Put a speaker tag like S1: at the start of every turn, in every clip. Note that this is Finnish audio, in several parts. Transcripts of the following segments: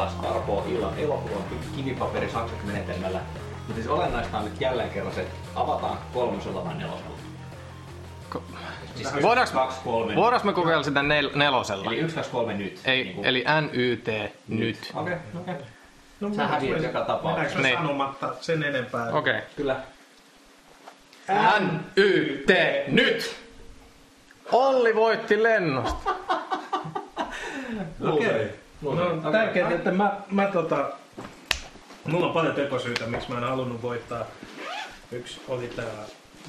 S1: taas arpoo ilo, elokuvan kivipaperisakset menetelmällä. Mutta siis olennaista on nyt jälleen kerran se, että avataan kolmosella vai nelosella.
S2: Ko-
S1: Siis
S2: Voidaanko-
S1: 2, 3,
S2: Voidaanko me kokeilla sitä nel- nelosella?
S1: Eli 1, 2, 3 nyt.
S2: Ei,
S1: Niinku-
S2: eli NYT nyt.
S1: Okei, niin, okei.
S3: No,
S1: Sä häviät joka
S3: Mennäänkö
S1: tapauksessa.
S3: me
S2: Niin.
S3: sanomatta sen enempää?
S2: Okei.
S1: Kyllä.
S2: Okay. NYT nyt! Olli voitti lennosta.
S3: Okei.
S1: Luulen.
S3: No, okay.
S1: Okei.
S3: tärkeintä, että mä, mä tota, mulla on paljon tekosyitä, miksi mä en halunnut voittaa. Yksi oli tää,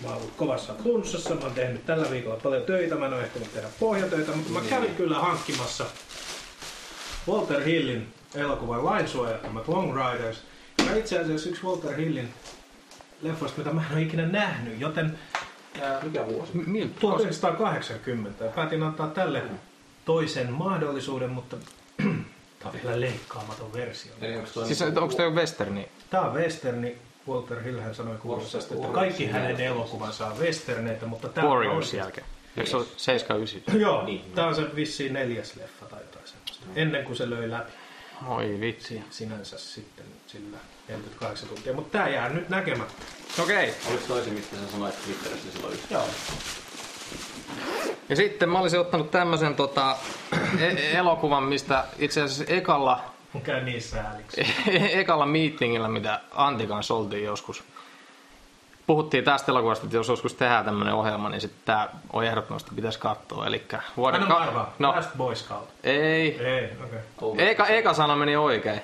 S3: mä oon ollut kovassa flunssassa, mä oon tehnyt tällä viikolla paljon töitä, mä en oo ehtinyt tehdä pohjatöitä, mutta mä kävin kyllä hankkimassa Walter Hillin elokuvan lainsuojattomat Long Riders, joka itse asiassa yksi Walter Hillin leffoista, mitä mä en ole ikinä nähnyt, joten ää,
S1: Mikä vuosi?
S2: M- miltä?
S3: 1980. Ja Päätin antaa tälle toisen mahdollisuuden, mutta tämä on vielä leikkaamaton versio.
S1: Eli onks toi
S2: Siis
S1: niinku-
S2: onko tämä westerni?
S3: Tämä on westerni. Walter Hill sanoi kuuluisasti, että kaikki hänen elokuvansa on westerneitä, mutta tämä
S2: Warriors jälkeen. Eikö se ole 79?
S3: Joo,
S1: Niin.
S3: tämä on se vissiin neljäs leffa tai jotain semmoista. Ennen kuin se löi läpi
S2: Oi vitsi.
S3: si- sinänsä sitten sillä 48 tuntia. Mutta tämä jää nyt näkemättä.
S2: Okei. Okay.
S1: Oliko toisin, mistä sä sanoit Twitterissä silloin yksi?
S3: Joo.
S2: Ja sitten mä olisin ottanut tämmöisen tota, e- elokuvan, mistä itse asiassa ekalla,
S3: Käy niin niissä
S2: Eh,
S3: ääliksi.
S2: ekalla meetingillä, mitä Antin kanssa oltiin joskus. Puhuttiin tästä elokuvasta, että jos joskus tehdään tämmöinen ohjelma, niin sitten tämä on ehdottomasti pitäisi katsoa. Eli vuoden
S3: Anna mä arvaa.
S2: No,
S3: Last Boy Scout.
S2: ei.
S3: Ei, okei. Okay.
S2: Eka, eka sana meni oikein.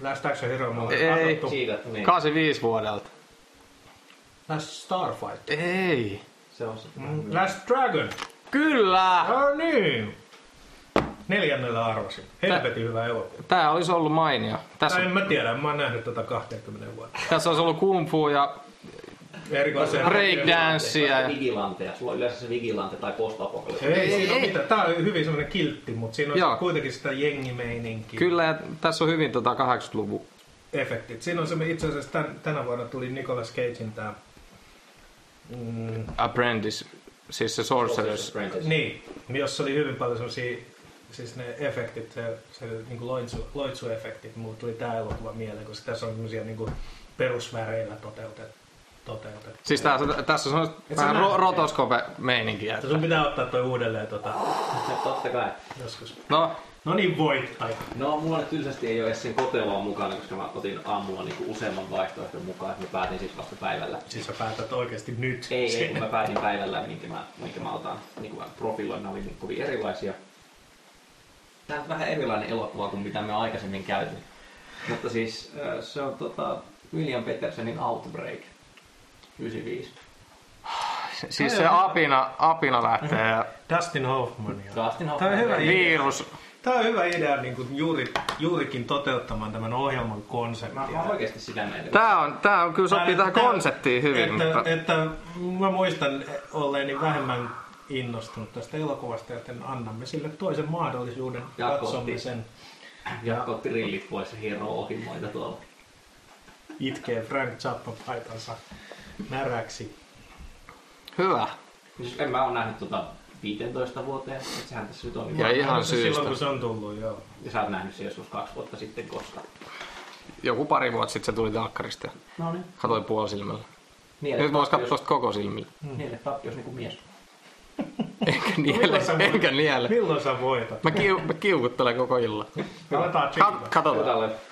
S3: Last Action Hero mulle.
S2: Ei.
S3: katsottu.
S1: Siitä, niin.
S2: 85 vuodelta.
S3: Last Starfight.
S2: Ei.
S1: Se on se.
S3: Mm. Last Dragon.
S2: Kyllä!
S3: No niin. Neljännellä arvasin. Helvetin hyvä elokuva.
S2: Tää olisi ollut mainio. Tässä,
S3: Tai en mä tiedä, mä oon nähnyt tätä 20 vuotta.
S2: tässä olisi ollut kung fu ja
S3: Erikoisen
S2: breakdanssia. Ja...
S1: Vigilante, ja sulla on yleensä se vigilante tai postapokalypse.
S3: Ei, ei,
S2: ei.
S3: ei. Mitään. Tää on hyvin semmonen kiltti, mutta siinä on
S2: Joo.
S3: kuitenkin sitä jengimeininkiä.
S2: Kyllä, ja tässä on hyvin tota 80-luvun.
S3: Efektit. Siinä on se, itse asiassa tän, tänä vuonna tuli Nicolas Cagein tää... Mm,
S2: Apprentice, siis se Sorcerers.
S3: Niin, jossa oli hyvin paljon semmosia, siis ne efektit, se, se niin loitsu, loitsuefektit, mulle tuli tää elokuva mieleen, koska tässä on semmosia niin perusväreillä toteutettu. Toteutet.
S2: Siis tässä, tässä on semmoista
S3: Et sä
S2: vähän ro-
S3: näe?
S2: rotoskope-meininkiä. että-
S3: Sun pitää ottaa toi uudelleen tota,
S1: Totta kai.
S3: joskus.
S2: No,
S3: No niin, voittaja.
S1: No, mulla nyt tylsästi ei ole edes sen koteloa mukana, koska mä otin aamulla niinku useamman vaihtoehdon mukaan, että mä päätin siis vasta päivällä.
S3: Siis sä päätät oikeesti nyt.
S1: Ei, ei, kun mä päätin päivällä, minkä mä, minkä mä otan. Niin kuin profiloin, nämä oli niin kovin erilaisia. Tää on vähän erilainen elokuva kuin mitä me aikaisemmin käytiin. Mutta siis äh, se on tota, William Petersenin Outbreak 95.
S2: si- siis se apina, apina lähtee ja
S3: Dustin Hoffman. Joo.
S1: Dustin
S3: Tää on hyvä idea.
S2: virus.
S3: Tää on hyvä idea niin kuin juuri, juurikin toteuttamaan tämän ohjelman konseptia.
S1: Mä, mä oon oikeesti sitä mieltä.
S2: Tää on, tää on kyllä sopii tähän
S3: Tää-
S2: konseptiin hyvin,
S3: Että,
S2: mutta
S3: että mä muistan olleeni vähemmän innostunut tästä elokuvasta, joten annamme sille toisen mahdollisuuden.
S1: Ja
S3: Katsomme
S1: kohti.
S3: sen.
S1: Ja otti rillit pois ja hieroo ohimoita tuolla.
S3: Itkee Frank Chapman paitansa näräksi.
S2: hyvä.
S1: Siis en mä oo nähnyt tota 15 vuoteen, et sehän tässä nyt on.
S2: Ja
S1: Ja,
S2: ihan
S3: Se Silloin
S2: syystä.
S3: kun se on tullut, joo.
S1: ja sä oot nähnyt sen joskus kaksi vuotta sitten koska.
S2: Joku pari vuotta sitten se tuli telkkarista ja
S1: No niin.
S2: katsoi puolisilmällä.
S1: Mielet
S2: Nyt voisi katsoa sitä koko silmillä.
S1: Niille tappios niinku mies.
S2: Enkä niele,
S3: Milloin sä voit-
S2: enkä niele.
S3: Milloin sä voitat?
S2: Mä, kiu, mä kiukuttelen koko illan.
S3: Aletaan
S2: Kat-
S3: tsiivata.
S2: Katsotaan.
S1: Otalle.